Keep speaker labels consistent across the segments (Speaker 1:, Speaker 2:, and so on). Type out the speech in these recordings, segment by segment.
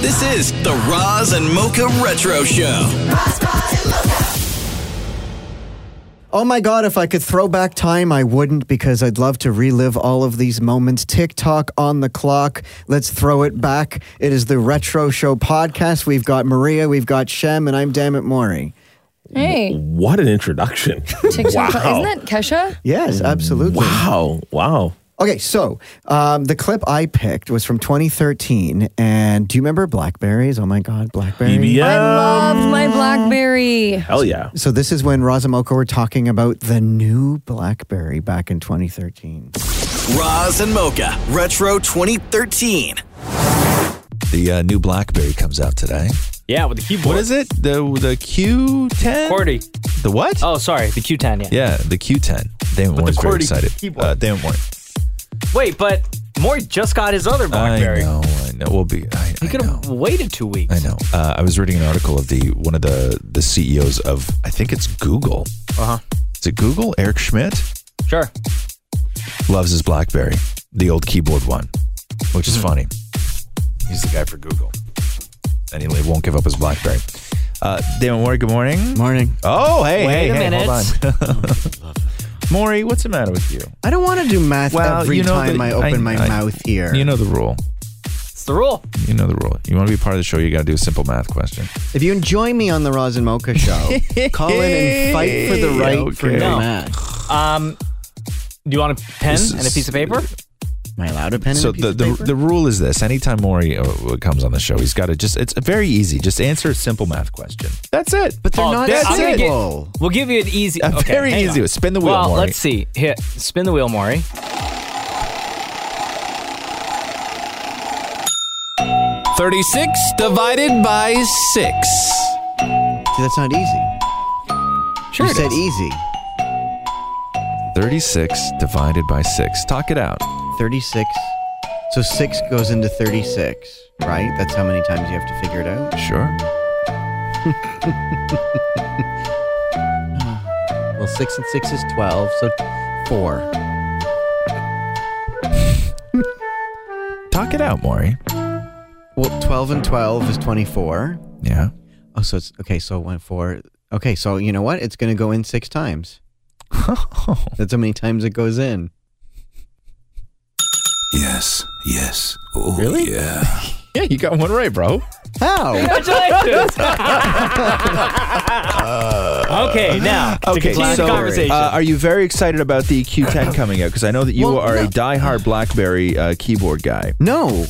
Speaker 1: This is the Roz and Mocha Retro Show.
Speaker 2: Oh my God, if I could throw back time, I wouldn't because I'd love to relive all of these moments. Tick tock on the clock. Let's throw it back. It is the Retro Show podcast. We've got Maria, we've got Shem, and I'm Dammit Maury.
Speaker 3: Hey,
Speaker 4: What an introduction.
Speaker 3: TikTok.
Speaker 4: wow.
Speaker 3: Isn't that Kesha?
Speaker 2: Yes, absolutely.
Speaker 4: wow. Wow.
Speaker 2: Okay, so um, the clip I picked was from 2013. And do you remember Blackberries? Oh my God,
Speaker 5: E
Speaker 2: Blackberries.
Speaker 3: I
Speaker 4: BBM.
Speaker 3: love my Blackberry.
Speaker 4: uh, Mm. Hell yeah.
Speaker 2: So this is when Razamoko were talking about the new BlackBerry back in 2013.
Speaker 1: Roz and Mocha Retro 2013.
Speaker 5: The uh, new BlackBerry comes out today.
Speaker 6: Yeah, with the keyboard.
Speaker 5: What is it? The the Q10?
Speaker 6: QWERTY.
Speaker 5: The what?
Speaker 6: Oh, sorry, the Q10. Yeah.
Speaker 5: Yeah, the Q10. Damon
Speaker 6: With
Speaker 5: Warren's
Speaker 6: the
Speaker 5: very
Speaker 6: QWERTY
Speaker 5: excited.
Speaker 6: keyboard.
Speaker 5: Uh, Damon Warren.
Speaker 6: Wait, but Maury just got his other
Speaker 5: I
Speaker 6: BlackBerry.
Speaker 5: know, I know. We'll be. I,
Speaker 6: He
Speaker 5: I
Speaker 6: could
Speaker 5: know.
Speaker 6: have waited two weeks.
Speaker 5: I know. Uh, I was reading an article of the one of the the CEOs of I think it's Google.
Speaker 6: Uh-huh.
Speaker 5: Is it Google? Eric Schmidt
Speaker 6: Sure.
Speaker 5: loves his BlackBerry, the old keyboard one, which is funny. He's the guy for Google, and he won't give up his BlackBerry. Uh, Damon Warren, good morning.
Speaker 2: Morning.
Speaker 5: Oh, hey,
Speaker 6: Wait
Speaker 5: hey,
Speaker 6: a
Speaker 5: hey,
Speaker 6: minute.
Speaker 5: hold on. Maury, what's the matter with you?
Speaker 2: I don't want to do math
Speaker 5: Well,
Speaker 2: every
Speaker 5: you know
Speaker 2: time
Speaker 5: that-
Speaker 2: I open
Speaker 5: I-
Speaker 2: my
Speaker 5: I-
Speaker 2: mouth here.
Speaker 5: You know the rule.
Speaker 6: It's the rule.
Speaker 5: You know the rule. You want to be part of the show, you got to do a simple math question.
Speaker 2: if you enjoy me on the Roz and Mocha show, call in and fight for the right for
Speaker 5: Okay.
Speaker 2: your
Speaker 6: No.
Speaker 2: math.
Speaker 6: Um, do you want a pen
Speaker 5: This
Speaker 6: and a
Speaker 5: is-
Speaker 6: piece of paper?
Speaker 2: Am I allowed a pen
Speaker 5: so
Speaker 2: and a piece
Speaker 5: the,
Speaker 2: of
Speaker 5: the,
Speaker 2: paper?
Speaker 5: the rule is this: anytime Maury uh, comes on the show, he's got to just. It's very easy. Just answer a simple math question. That's it.
Speaker 2: but they're
Speaker 6: Oh,
Speaker 2: not
Speaker 6: that's- I'm gonna get-
Speaker 2: simple.
Speaker 6: We'll give you an easy.
Speaker 5: A
Speaker 6: okay,
Speaker 5: very
Speaker 6: hang
Speaker 5: easy
Speaker 6: on.
Speaker 5: one. Spin the wheel,
Speaker 6: Well,
Speaker 5: Maury.
Speaker 6: let's see. Here, spin the wheel, Maury.
Speaker 4: Thirty-six divided by six.
Speaker 2: See, that's not easy.
Speaker 6: Sure.
Speaker 2: you
Speaker 6: it
Speaker 2: said e-
Speaker 6: is.
Speaker 2: easy.
Speaker 5: Thirty-six divided by six. Talk it out.
Speaker 2: 36. So 6 goes into 36, right? That's how many times you have to figure it out.
Speaker 5: Sure.
Speaker 7: Well, six and six is 12, so four.
Speaker 5: Talk it out, Maury.
Speaker 2: Well, 12 and 12 is 24.
Speaker 5: Yeah.
Speaker 2: Oh, so it's okay. So one four. Okay, so you know what? It's gonna go in six times. That's how many times it goes in.
Speaker 1: Yes, yes. Oh,
Speaker 5: Really?
Speaker 1: Yeah.
Speaker 5: yeah, you got one right, bro.
Speaker 2: How?
Speaker 6: Congratulations. okay, now to
Speaker 5: Okay,
Speaker 6: continue
Speaker 5: so
Speaker 6: the conversation.
Speaker 5: uh, are you very excited about the Q10 coming out? Because I know that you
Speaker 2: Well,
Speaker 5: are a
Speaker 2: no.
Speaker 5: die-hard BlackBerry uh, keyboard guy.
Speaker 2: no,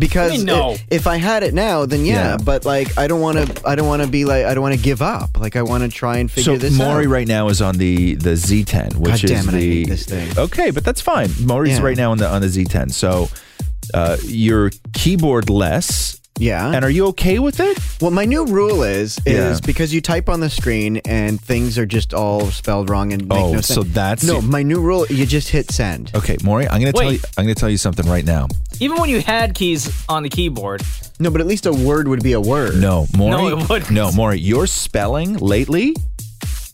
Speaker 2: because
Speaker 6: I mean, no.
Speaker 2: i- if I had it now, then yeah.
Speaker 5: Yeah.
Speaker 2: But like, I don't want to. I don't want to be like. I don't want to give up. Like, I want to try and figure
Speaker 5: so
Speaker 2: this
Speaker 5: Maury
Speaker 2: out.
Speaker 5: right now is on the the Z10, which
Speaker 2: God
Speaker 5: is
Speaker 2: damn it, I
Speaker 5: the
Speaker 2: hate this thing.
Speaker 5: okay, but that's fine. Maury's
Speaker 2: Yeah.
Speaker 5: right now on the on the Z10. So uh, you're keyboard less,
Speaker 2: yeah.
Speaker 5: and are you okay with it?
Speaker 2: well, my new rule is is
Speaker 5: Yeah.
Speaker 2: because you type on the screen and things are just all spelled wrong and make
Speaker 5: Oh,
Speaker 2: no sense.
Speaker 5: so that's-
Speaker 2: no. My new rule: you just hit send.
Speaker 5: Okay, Maury, I'm gonna tell
Speaker 6: Wait.
Speaker 5: you. I'm gonna tell you something right now.
Speaker 6: Even when you had keys on the keyboard,
Speaker 2: No, but at least a word would be a word.
Speaker 5: No, Maury.
Speaker 6: it wouldn't.
Speaker 5: no, Maury. Your spelling lately,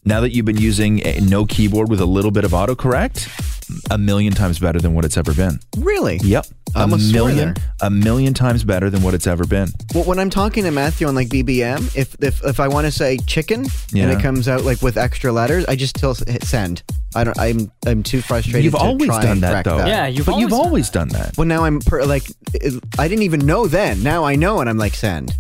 Speaker 5: now that you've been using a, no keyboard with a little bit of autocorrect, a million times better than what it's ever been.
Speaker 2: really.
Speaker 5: Yep,
Speaker 2: I
Speaker 5: a
Speaker 2: almost swore
Speaker 5: million,
Speaker 2: there.
Speaker 5: a million times better than what it's ever been.
Speaker 2: Well, when I'm talking to Matthew on like BBM, if if, if I want to say chicken and
Speaker 5: Yeah.
Speaker 2: it comes out like with extra letters, I just still s- hit send. I don't. I'm I'm too frustrated.
Speaker 5: You've
Speaker 2: to
Speaker 5: always
Speaker 2: try
Speaker 5: done
Speaker 2: and
Speaker 5: that
Speaker 2: correct
Speaker 5: though.
Speaker 6: Yeah, you've
Speaker 5: but you've
Speaker 6: always
Speaker 5: always done that.
Speaker 2: Well, now I'm per, like, it, I didn't even know then. Now I know, and I'm like send.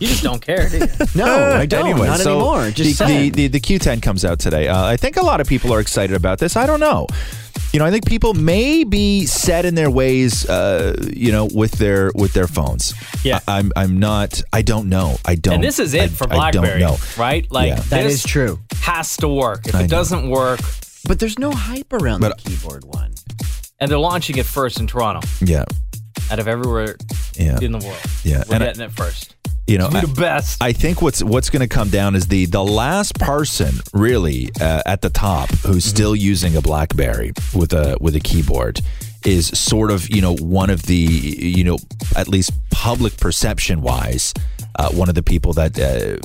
Speaker 6: you just don't care. do you?
Speaker 2: No, Oh, I don't.
Speaker 5: Uh, Anyway,
Speaker 2: not
Speaker 5: so
Speaker 2: anymore. Just
Speaker 5: the, the,
Speaker 2: send.
Speaker 5: the, the Q10 comes out today. Uh, I think a lot of people are excited about this. I don't know. You know, I think people may be set in their ways. Uh, you know, with their with their phones.
Speaker 6: Yeah.
Speaker 5: I, am I'm not. I don't know. I don't.
Speaker 6: and this is
Speaker 5: I-
Speaker 6: it for
Speaker 5: I don't
Speaker 6: BlackBerry,
Speaker 5: know.
Speaker 6: right? Like
Speaker 5: Yeah.
Speaker 2: that
Speaker 6: this
Speaker 2: is true.
Speaker 6: Has to work. If
Speaker 5: I know.
Speaker 6: it doesn't work,
Speaker 2: But there's no hype around
Speaker 5: But-
Speaker 2: the keyboard one.
Speaker 6: and they're launching it first in Toronto.
Speaker 5: Yeah.
Speaker 6: out of everywhere
Speaker 5: Yeah.
Speaker 6: in the world.
Speaker 5: Yeah,
Speaker 6: We're
Speaker 5: and I-
Speaker 6: getting it first.
Speaker 5: you know
Speaker 6: You
Speaker 5: I,
Speaker 6: the best.
Speaker 5: I think what's what's going to come down is the the last person really uh, at the top who's
Speaker 6: Mm-hmm.
Speaker 5: still using a BlackBerry with a with a keyboard is sort of you know one of the you know at least public perception wise uh, one of the people that. Uh,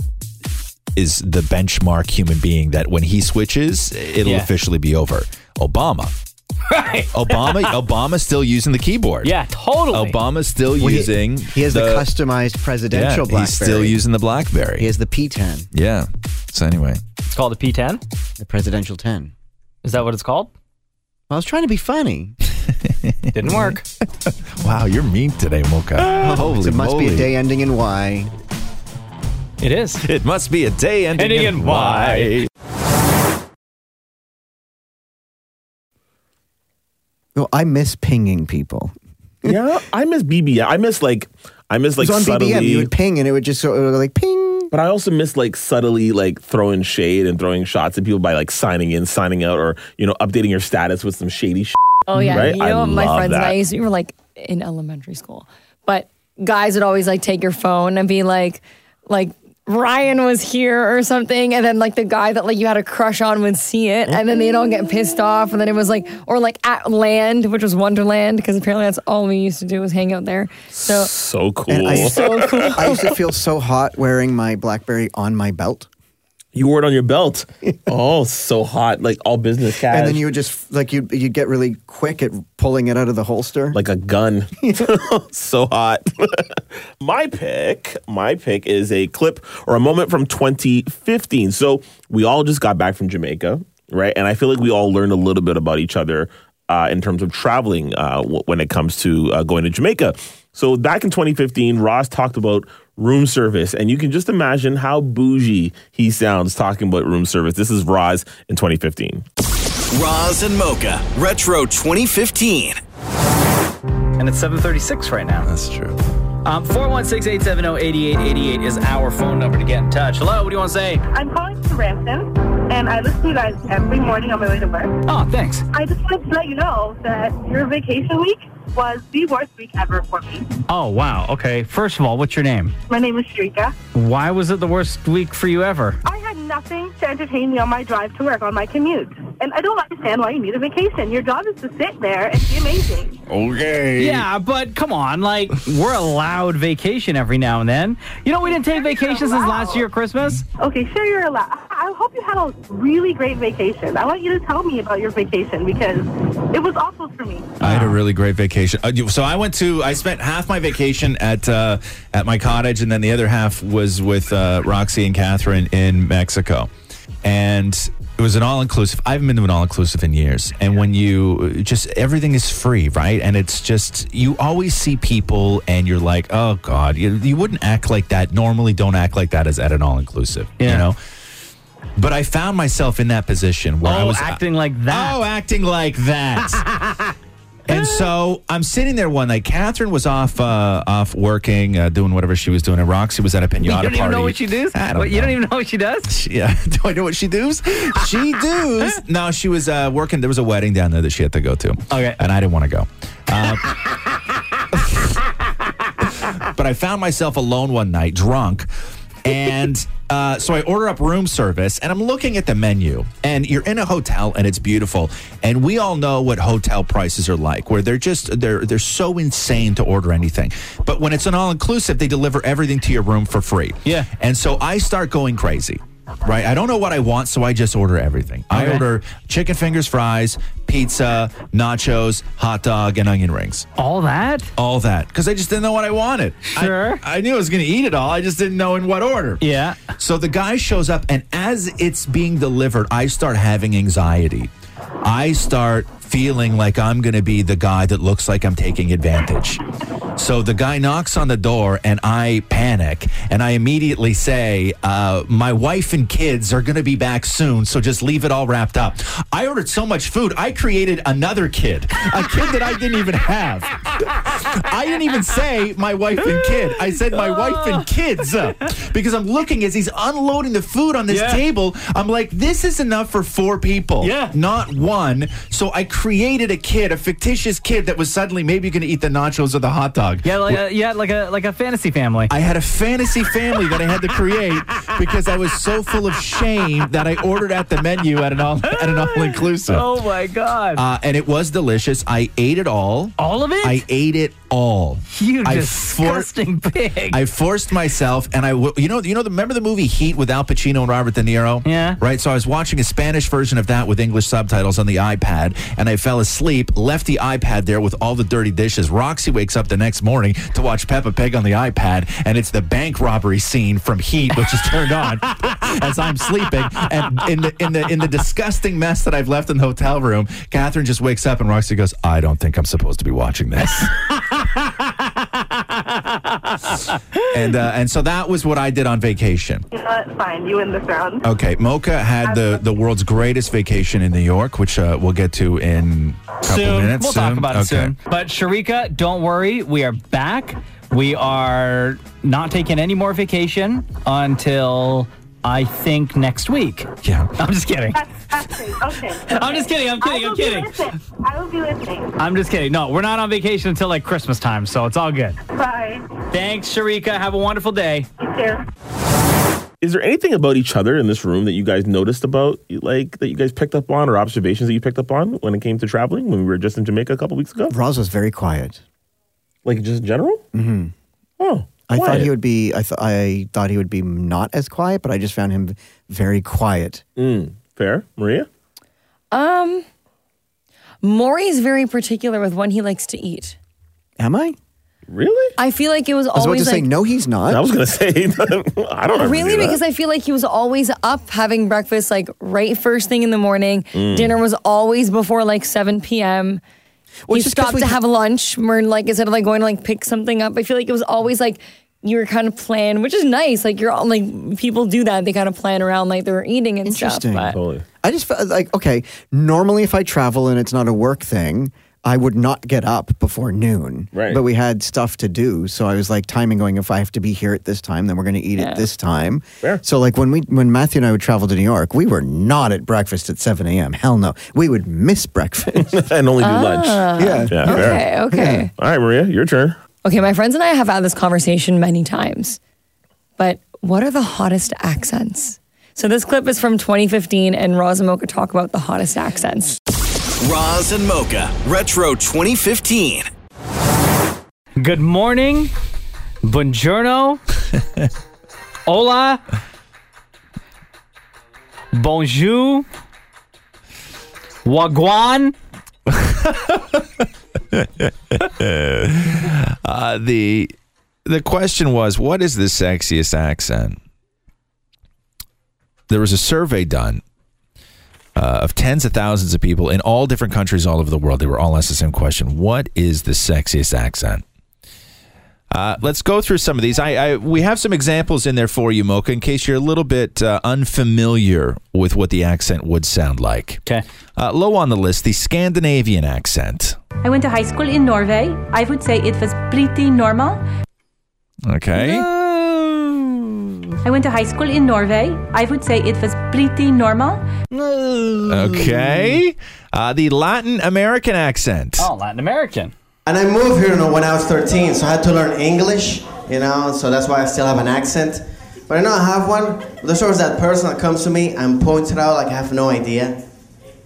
Speaker 5: is the benchmark human being that when he switches, it'll
Speaker 6: Yeah.
Speaker 5: officially be over. Obama,
Speaker 6: right?
Speaker 5: Obama, Obama's still using the keyboard.
Speaker 6: Yeah, totally.
Speaker 5: Obama's still
Speaker 2: Well, he-
Speaker 5: using.
Speaker 2: he has the customized presidential
Speaker 5: yeah, He's still
Speaker 2: BlackBerry.
Speaker 5: using the BlackBerry.
Speaker 2: He has the P10,
Speaker 5: Yeah. So anyway,
Speaker 6: It's called the P10.
Speaker 2: the presidential 10.
Speaker 6: Is that what it's called?
Speaker 2: I was trying to be funny.
Speaker 6: Didn't work.
Speaker 5: wow, you're mean today, Mocha. Holy
Speaker 2: it must
Speaker 5: moly!
Speaker 2: be a day ending in Y.
Speaker 6: it is.
Speaker 5: It must be a day ending,
Speaker 6: Ending in Y.
Speaker 2: Well, I miss pinging people.
Speaker 8: yeah, I miss BBM. I miss like I miss like
Speaker 2: it was on
Speaker 8: subtly.
Speaker 2: BBM. You would ping, and it would just go it would go like ping.
Speaker 8: But I also miss like subtly like throwing shade and throwing shots at people by like signing in, signing out, or you know updating your status with some shady. Sh-
Speaker 3: Oh yeah,
Speaker 8: right?
Speaker 3: you know
Speaker 8: I
Speaker 3: my
Speaker 8: love
Speaker 3: friends
Speaker 8: that.
Speaker 3: and I used to, we were like in elementary school, but guys would always like take your phone and be like, like Ryan was here or something, and then like the guy that like you had a crush on would see it, and then they'd all get pissed off, and then it was like or like at land, which was Wonderland, because apparently that's all we used to do was hang out there. So
Speaker 8: so
Speaker 2: And
Speaker 8: cool.
Speaker 2: I, used to- I used to feel so hot wearing my BlackBerry on my belt,
Speaker 8: you wore it on your belt. oh, so hot! Like all business cash.
Speaker 2: and then you would just like you you'd get really quick at pulling it out of the holster.
Speaker 8: like a gun. so hot. my pick, my pick is a clip or a moment from 2015. So we all just got back from Jamaica, right? And I feel like we all learned a little bit about each other uh, in terms of traveling uh, w- when it comes to uh, going to Jamaica. So back in 2015, Ross talked about room service, and you can just imagine how bougie he sounds talking about room service. This is Roz in 2015.
Speaker 1: Roz and Mocha Retro 2015.
Speaker 6: And it's 7:36 right now.
Speaker 5: That's true.
Speaker 6: Um, 416-870-8888 is our phone number to get in touch. Hello, what do you want to say?
Speaker 9: I'm calling from Ramsden, and I listen to you guys every morning on my way to work.
Speaker 6: Oh, thanks.
Speaker 9: I just wanted to let you know that your vacation week was the worst week ever for me.
Speaker 6: Oh, wow. Okay. First of all, what's your name?
Speaker 9: My name is Sharika.
Speaker 6: Why was it the worst week for you ever?
Speaker 9: I had nothing to entertain me on my drive to work, on my commute. And I don't understand why you need a vacation. Your job is to sit there and be amazing.
Speaker 6: Okay. Yeah, but come on, like we're allowed vacation every now and then. You know, we didn't take vacations since last year Christmas.
Speaker 9: Okay, sure, you're allowed. I I hope you had a really great vacation. I want you to tell me about your vacation because it was awful for me.
Speaker 5: I had a really great vacation. Uh, you- So I went to. I spent half my vacation at uh, at my cottage, and then the other half was with uh, Roxy and Catherine in Mexico, and. It was an all inclusive. I haven't been to an all inclusive in years. And when you just, everything is free, right? And it's just, you always see people and you're like, oh God, you, you wouldn't act like that. Normally, don't act like that as at an all inclusive, you know? But I found myself in that position where I
Speaker 6: oh,
Speaker 5: was uh,
Speaker 6: acting like that.
Speaker 5: Oh, acting like that. and so I'm sitting there one night. Catherine was off uh, off working, uh, doing whatever she was doing, and Roxy was at a pinata
Speaker 6: you don't
Speaker 5: party.
Speaker 6: even know what she does.
Speaker 5: I don't
Speaker 6: Wait, You
Speaker 5: know.
Speaker 6: don't even know what she does.
Speaker 5: Yeah. Do I know what she does? She does. no, she was uh, working. There was a wedding down there that she had to go to.
Speaker 6: Okay.
Speaker 5: And I didn't want to go. Um, but I found myself alone one night, drunk. And uh, so I order up room service and I'm looking at the menu. And you're in a hotel and it's beautiful. And we all know what hotel prices are like, where they're just, they're, they're so insane to order anything. But when it's an all inclusive, they deliver everything to your room for free.
Speaker 6: Yeah.
Speaker 5: And so I start going crazy, right? I don't know what I want, so I just order everything. I
Speaker 6: Okay.
Speaker 5: order chicken fingers, fries, pizza, nachos, hot dog, and onion rings.
Speaker 6: All that?
Speaker 5: All that. Because I just didn't know what I wanted. I-
Speaker 6: Sure.
Speaker 5: I, knew I was going to eat it all. I just didn't know in what order.
Speaker 6: Yeah.
Speaker 5: So the guy shows up, and as it's being delivered, I start having anxiety. I start feeling like I'm going to be the guy that looks like I'm taking advantage. So the guy knocks on the door, and I panic, and I immediately say, uh, "My wife and kids are going to be back soon, so just leave it all wrapped up." I ordered so much food, I created another kid, a kid that I didn't even have. I didn't even say my wife and kid. I said my wife
Speaker 6: Oh.
Speaker 5: and kids uh, because I'm looking as he's unloading the food on this
Speaker 6: Yeah.
Speaker 5: table. I'm like, this is enough for four people,
Speaker 6: Yeah.
Speaker 5: not one. So I created a kid, a fictitious kid that was suddenly maybe going to eat the nachos or the hot dog.
Speaker 6: Yeah, like a, yeah, like a like a fantasy family.
Speaker 5: I had a fantasy family that I had to create because I was so full of shame that I ordered at the menu at an all at an all inclusive.
Speaker 6: Oh my god!
Speaker 5: Uh, and it was delicious. I ate it all.
Speaker 6: All of it?
Speaker 5: I ate it all.
Speaker 6: you
Speaker 5: I for-
Speaker 6: disgusting pig.
Speaker 5: I forced myself, and I, w- you know, you know, the, remember the movie Heat with Al Pacino and Robert De Niro?
Speaker 6: Yeah.
Speaker 5: Right. So I was watching a Spanish version of that with English subtitles on the iPad, and I fell asleep, left the iPad there with all the dirty dishes. Roxy wakes up the next morning to watch Peppa Pig on the iPad, and it's the bank robbery scene from Heat, which is turned on as I'm sleeping, and in the in the in the disgusting mess that I've left in the hotel room, Catherine just wakes up, and Roxy goes, "I don't think I'm supposed to be watching this." and uh, and so that was what I did on vacation.
Speaker 9: You know what? Fine, you win this round.
Speaker 5: Okay, Mocha had the, the world's greatest vacation in New York, which uh, we'll get to in a couple
Speaker 6: soon.
Speaker 5: minutes.
Speaker 6: we'll talk about it
Speaker 5: okay.
Speaker 6: soon. But Sharika, don't worry. We are back. We are not taking any more vacation until I think next week.
Speaker 5: Yeah.
Speaker 6: I'm just kidding.
Speaker 9: Okay.
Speaker 6: I'm just kidding. I'm kidding.
Speaker 9: I
Speaker 6: I'm
Speaker 9: will be
Speaker 6: kidding.
Speaker 9: listening. I will be listening.
Speaker 6: I'm just kidding. No, we're not on vacation until like Christmas time, so it's all good.
Speaker 9: Bye.
Speaker 6: Thanks, Sharika. Have a wonderful day.
Speaker 9: You too.
Speaker 8: Is there anything about each other in this room that you guys noticed about, like that you guys picked up on, or observations that you picked up on when it came to traveling when we were just in Jamaica a couple weeks ago?
Speaker 2: Roz was very quiet.
Speaker 8: Like just in general?
Speaker 2: Mm-hmm.
Speaker 8: Oh,
Speaker 2: I thought
Speaker 8: quiet.
Speaker 2: he would be. I, th- I thought he would be not as quiet, but I just found him very quiet.
Speaker 8: Mm, fair, Maria.
Speaker 3: Um, Maury's very particular with when he likes to eat.
Speaker 2: Am I?
Speaker 8: Really?
Speaker 3: I feel like it was
Speaker 2: I was about
Speaker 3: always
Speaker 2: to say
Speaker 3: like
Speaker 2: no. He's not.
Speaker 8: I was gonna say I don't
Speaker 3: really because I feel like he was always up having breakfast like right first thing in the morning.
Speaker 2: Mm.
Speaker 3: Dinner was always before like 7 p.m.
Speaker 2: Well,
Speaker 3: you
Speaker 2: it's just 'cause
Speaker 3: stopped
Speaker 2: we-
Speaker 3: to have lunch. We're like instead of like going to like pick something up, I feel like it was always like you were kind of planned, which is nice. Like you're all like people do that; they kind of plan around like they're eating and
Speaker 2: Interesting.
Speaker 3: stuff. But
Speaker 2: I just felt like okay. Normally, if I travel and it's not a work thing, I would not get up before noon. Right. But we had stuff to do, so I was like timing going. If I have to be here at this time, then we're going to eat
Speaker 7: Yeah.
Speaker 2: at this time. So like when we when Matthew and I would travel to New York, we were not at breakfast at seven a.m. Hell no, we would miss breakfast
Speaker 8: and only
Speaker 3: do lunch. Ah.
Speaker 2: Yeah.
Speaker 8: Yeah, fair.
Speaker 3: Okay, okay.
Speaker 8: All right, Maria, your turn.
Speaker 3: okay, my friends and I have had this conversation many times. But what are the hottest accents? So this clip is from 2015, and Roz and Mocha talk about the hottest accents.
Speaker 1: Roz and Mocha Retro 2015.
Speaker 6: Good morning. Buongiorno. Hola. Bonjour. Wagwan.
Speaker 10: uh, the the question was, what is the sexiest accent? There was a survey done uh, of tens of thousands of people in all different countries all over the world. They were all asked the same question: What is the sexiest accent? Uh, let's go through some of these. I, I we have some examples in there for you, Mocha, in case you're a little bit uh, unfamiliar with what the accent would sound like.
Speaker 6: Okay.
Speaker 10: Uh, low on the list, the Scandinavian accent.
Speaker 11: I went to high school in Norway. I would say it was pretty normal.
Speaker 10: Okay.
Speaker 11: I went to high school in Norway. I would say it was pretty normal.
Speaker 10: Okay. Uh, the Latin American accent.
Speaker 6: Oh, Latin American.
Speaker 12: And I moved here you know, when I was 13, so I had to learn English, you know, so that's why I still have an accent. But I know I have one. There's always that person that comes to me and points it out like I have no idea.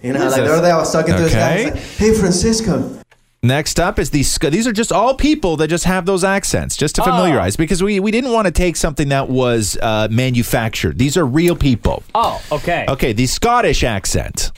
Speaker 12: You know,
Speaker 10: Who's
Speaker 12: like the
Speaker 10: this?
Speaker 12: other day I was talking to this guy,
Speaker 10: Okay.
Speaker 12: he's like, hey, Francisco.
Speaker 10: Next up is the Sc- these are just all people that just have those accents just
Speaker 12: Oh.
Speaker 10: to familiarize because we, we didn't want to take something that was uh, manufactured. These are real people.
Speaker 6: Oh, okay.
Speaker 10: Okay, the Scottish accent.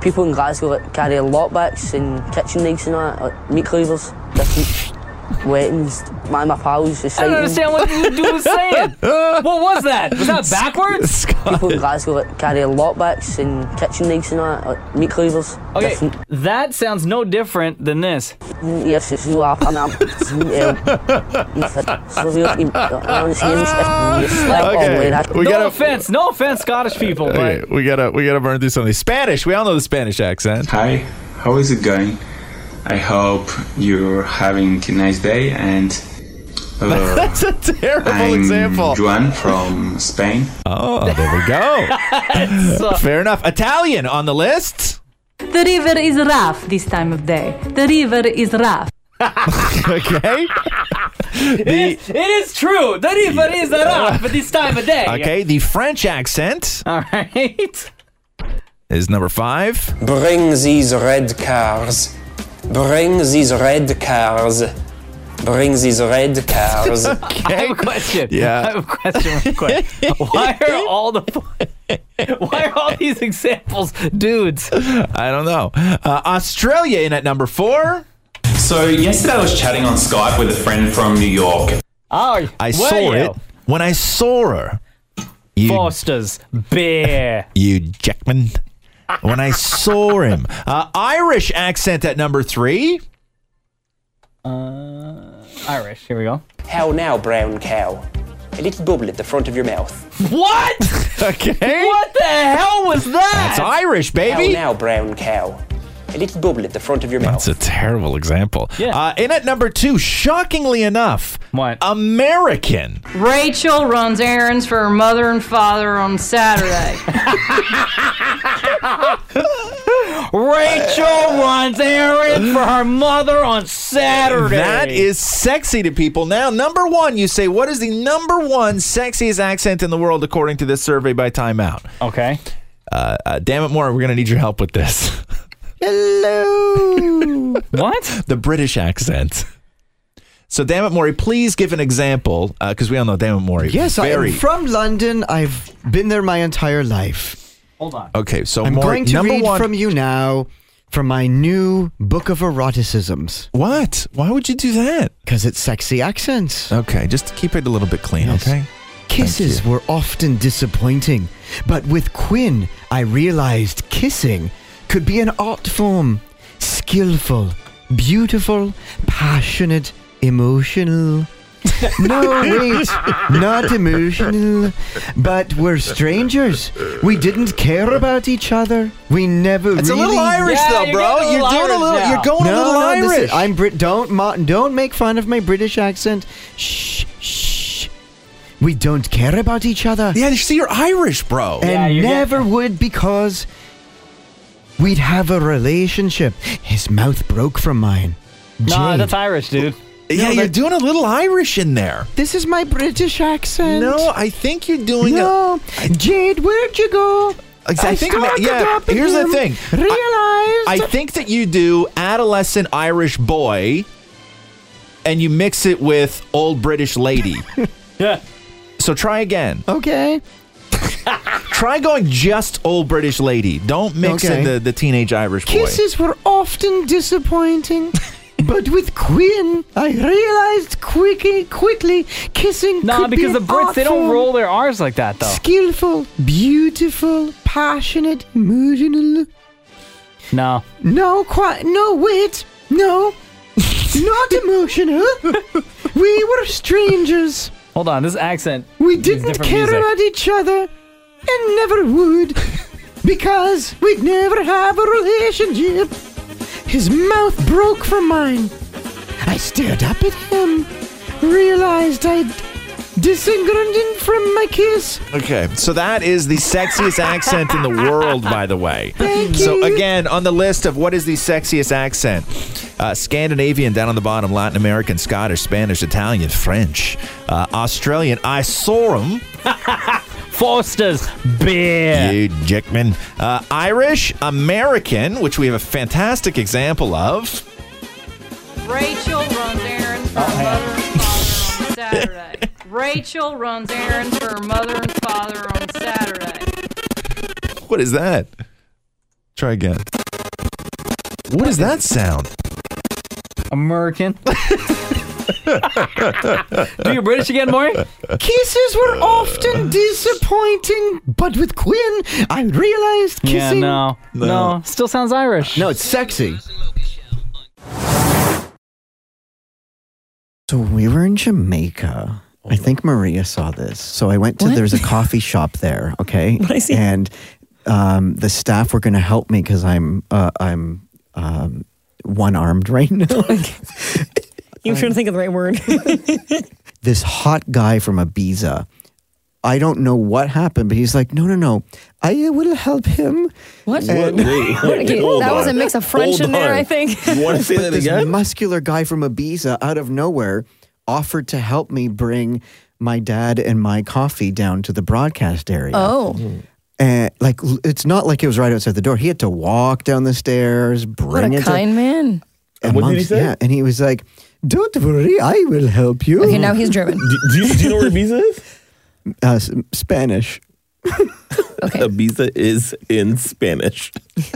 Speaker 13: People in Glasgow that carry lockbacks and kitchen knives and that, like meat cleavers, different weapons. My my pals, the
Speaker 6: I don't understand what you dude was saying. what was that? Was that backwards?
Speaker 13: People in Glasgow that carry lockbacks and kitchen knives and that, like meat cleavers,
Speaker 6: Okay,
Speaker 13: different.
Speaker 6: that sounds no different than this.
Speaker 13: Yes, it's you are. I'm. I'm
Speaker 10: we
Speaker 6: no
Speaker 10: gotta-
Speaker 6: offense, no offense, Scottish people, but
Speaker 10: we gotta we gotta burn through something. Spanish. We all know the Spanish accent.
Speaker 14: Hi, how is it going? I hope you're having a nice day and.
Speaker 10: That's a terrible
Speaker 14: I'm
Speaker 10: example.
Speaker 14: Juan from Spain.
Speaker 10: Oh, there we go. Fair enough. Italian on the list.
Speaker 15: The river is rough this time of day. The river is rough.
Speaker 5: okay.
Speaker 6: it, is, it is true. The river is rough at this time of day.
Speaker 5: Okay, the French accent.
Speaker 6: All right.
Speaker 5: Is number five.
Speaker 16: Bring these red cars. Bring these red cars. Bring these red cars.
Speaker 6: I have a question.
Speaker 16: Yeah.
Speaker 6: I have a question real quick. Why are all the why are all these examples dudes?
Speaker 5: I don't know. Uh, Australia in at number four.
Speaker 17: So yesterday I was chatting on Skype with a friend from New York.
Speaker 6: Oh,
Speaker 5: I
Speaker 6: were
Speaker 5: saw
Speaker 6: you?
Speaker 5: it when I saw her. You,
Speaker 6: Foster's beer.
Speaker 5: You Jackman. When I saw him, uh, Irish accent at number three.
Speaker 6: Uh, Irish. Here we go.
Speaker 8: How now, brown cow? A little bubble at the front of your mouth.
Speaker 6: What?
Speaker 5: okay.
Speaker 6: What the hell was that?
Speaker 5: That's Irish, baby.
Speaker 8: How now, brown cow? A little bubble at the front of your mouth.
Speaker 5: That's a terrible example. Yeah. Uh, in at number two, shockingly enough, what American?
Speaker 18: Rachel runs errands for her mother and father on Saturday.
Speaker 6: Rachel runs errands for her mother on Saturday.
Speaker 5: That is sexy to people. Now, number one, you say, what is the number one sexiest accent in the world according to this survey by Time Out?
Speaker 6: Okay.
Speaker 5: Uh, uh, damn it, Maura, we're going to need your help with this.
Speaker 6: Hello. what?
Speaker 5: the British accent. So, damn it, Maury, please give an example because we all know damn it, Maury.
Speaker 2: Yes,
Speaker 5: very.
Speaker 2: I am from London. I've been there my entire life.
Speaker 6: Hold on.
Speaker 5: Okay, so
Speaker 2: I'm
Speaker 5: Maury,
Speaker 2: going to
Speaker 5: number
Speaker 2: read
Speaker 5: one.
Speaker 2: from you now from my new book of eroticisms.
Speaker 5: What? Why would you do that?
Speaker 2: Because it's sexy accents.
Speaker 5: Okay, just keep it a little bit clean, okay?
Speaker 2: Kisses were often disappointing, but with Quinn, I realized kissing could be an art form. Skillful, beautiful, passionate, emotional. no, wait, not emotional. But we're strangers. We didn't care about each other. We never
Speaker 5: It's a
Speaker 2: really.
Speaker 5: little Irish, Yeah, though, you're bro. getting a little You're doing a Irish little- now. you're going a
Speaker 2: No,
Speaker 5: little
Speaker 2: no, this is-
Speaker 5: Irish.
Speaker 2: I'm Brit. Don't mo- don't make fun of my British accent. Shh, shh. We don't care about each other.
Speaker 5: Yeah, you see, you're Irish, bro.
Speaker 2: And
Speaker 5: Yeah, you're
Speaker 2: never would because we'd have a relationship. His mouth broke from mine.
Speaker 6: Nah,
Speaker 2: Jay.
Speaker 6: that's Irish, dude.
Speaker 5: yeah, you're doing a little Irish in there.
Speaker 2: This is my British accent.
Speaker 5: No, I think you're doing a-
Speaker 2: no. Jade, where'd you go?
Speaker 5: I think that- yeah. Here's the thing.
Speaker 2: Realized.
Speaker 5: I think that you do adolescent Irish boy, and you mix it with old British lady.
Speaker 6: yeah.
Speaker 5: So try again.
Speaker 2: Okay.
Speaker 5: try going just old British lady. Don't mix
Speaker 2: Okay.
Speaker 5: in the, the teenage Irish boy.
Speaker 2: Kisses were often disappointing. But with Quinn, I realized quickly, quickly kissing.
Speaker 6: Nah,
Speaker 2: could be
Speaker 6: because the
Speaker 2: an
Speaker 6: Brits
Speaker 2: art
Speaker 6: they don't
Speaker 2: form.
Speaker 6: roll their R's like that though.
Speaker 2: Skillful, beautiful, passionate, emotional.
Speaker 6: No.
Speaker 2: No, quite. No, wait. No. Not emotional. we were strangers.
Speaker 6: Hold on, this accent.
Speaker 2: We
Speaker 6: is
Speaker 2: didn't
Speaker 6: different
Speaker 2: care
Speaker 6: music.
Speaker 2: about each other and never would because we'd never have a relationship. His mouth broke from mine. I stared up at him, realized I'd disengaged from my kiss.
Speaker 5: Okay, so that is the sexiest accent in the world, by the way.
Speaker 2: Thank
Speaker 5: So
Speaker 2: you.
Speaker 5: again, on the list of what is the sexiest accent, uh, Scandinavian down on the bottom, Latin American, Scottish, Spanish, Italian, French, uh, Australian. I saw him.
Speaker 6: Foster's beer.
Speaker 5: You Jickman. Uh, Irish, American, which we have a fantastic example of.
Speaker 18: Rachel runs errands for her mother and father on Saturday. Rachel runs errands for her mother and father on Saturday.
Speaker 5: What is that? Try again. What is that sound?
Speaker 6: American. Do your British again, Maury?
Speaker 2: Kisses were
Speaker 6: Uh.
Speaker 2: often disappointing, but with Quinn, I realized
Speaker 6: Yeah,
Speaker 2: kissing.
Speaker 6: no. No. Still sounds Irish.
Speaker 2: No, it's sexy. So we were in Jamaica.
Speaker 6: Oh.
Speaker 2: I think Maria saw this. So I went to
Speaker 3: What?
Speaker 2: there's a coffee shop there. Okay,
Speaker 3: What I see?
Speaker 2: and um, the staff were going to help me because I'm uh, I'm um, one armed right now.
Speaker 3: You were trying to think of the right word.
Speaker 2: this hot guy from Ibiza. I don't know what happened, but he's like, no, no, no. I will help him.
Speaker 3: What?
Speaker 2: And-
Speaker 3: Wait, wait, Okay, hold that was on. a mix of French Hold in there, on. I think. You wanna say
Speaker 2: But
Speaker 3: that
Speaker 2: this
Speaker 3: again?
Speaker 2: muscular guy from Ibiza out of nowhere offered to help me bring my dad and my coffee down to the broadcast area. Mm.
Speaker 3: Oh.
Speaker 2: And like, l- it's not like it was right outside the door. He had to walk down the stairs,
Speaker 3: What
Speaker 2: bring
Speaker 3: a
Speaker 2: it.
Speaker 3: kind man.
Speaker 2: to,
Speaker 3: And what did he say?
Speaker 2: Yeah, and he was like, "Don't worry, I will help you."
Speaker 3: Okay, now he's German. Do-
Speaker 19: do, you know where Ibiza is?
Speaker 2: Uh, s- Spanish.
Speaker 19: Ibiza is in Spanish.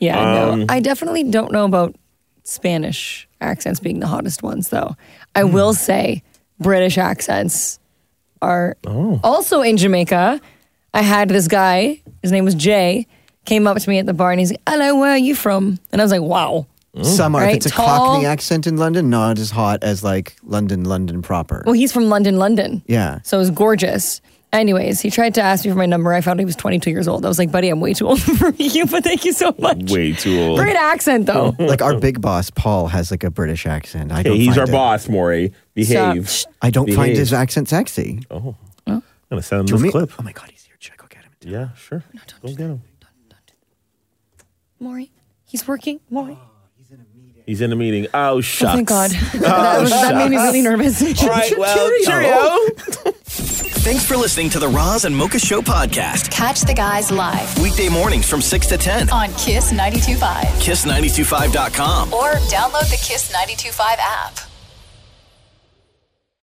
Speaker 3: Yeah, no.
Speaker 19: Um,
Speaker 3: I definitely don't know about Spanish accents being the hottest ones, though. I
Speaker 19: Hmm.
Speaker 3: will say British accents are
Speaker 19: Oh.
Speaker 3: also in Jamaica. I had this guy, his name was Jay, came up to me at the bar and he's like, Hello, where are you from? And I was like, Wow.
Speaker 19: Hmm.
Speaker 2: Summer.
Speaker 3: Right?
Speaker 2: If it's a Cockney accent in London, not as hot as like London, London proper.
Speaker 3: Well, he's from London, London.
Speaker 2: Yeah.
Speaker 3: So it was gorgeous. Anyways, he tried to ask me for my number. I found he was 22 years old. I was like, buddy, I'm way too old for you, but thank you so much.
Speaker 19: Way too old.
Speaker 3: Great accent, though.
Speaker 2: like our big boss Paul has like a British accent. I
Speaker 19: Hey,
Speaker 2: don't.
Speaker 19: he's
Speaker 2: find
Speaker 19: our
Speaker 2: it-
Speaker 19: boss, Maury. Behave.
Speaker 2: Stop. I don't
Speaker 19: Behave.
Speaker 2: find his accent sexy.
Speaker 19: Oh,
Speaker 3: I'm
Speaker 19: gonna send him
Speaker 2: To
Speaker 19: this
Speaker 2: me-
Speaker 19: clip.
Speaker 2: Oh my god, he's
Speaker 19: here. Check. Go get him. Yeah, sure. Go
Speaker 3: Oh,
Speaker 19: get him.
Speaker 8: Oh.
Speaker 3: Maury, he's working. Maury.
Speaker 19: He's in a meeting. Oh shucks.
Speaker 3: thank God.
Speaker 19: Oh,
Speaker 3: That was- that made me really nervous.
Speaker 5: All right, well,
Speaker 20: Thanks for listening to the Roz and Mocha Show podcast.
Speaker 8: Catch the guys live
Speaker 20: Weekday mornings from 6 to 10.
Speaker 8: on Kiss 92.5
Speaker 20: Kiss925.com.
Speaker 8: or download the Kiss 92.5 app.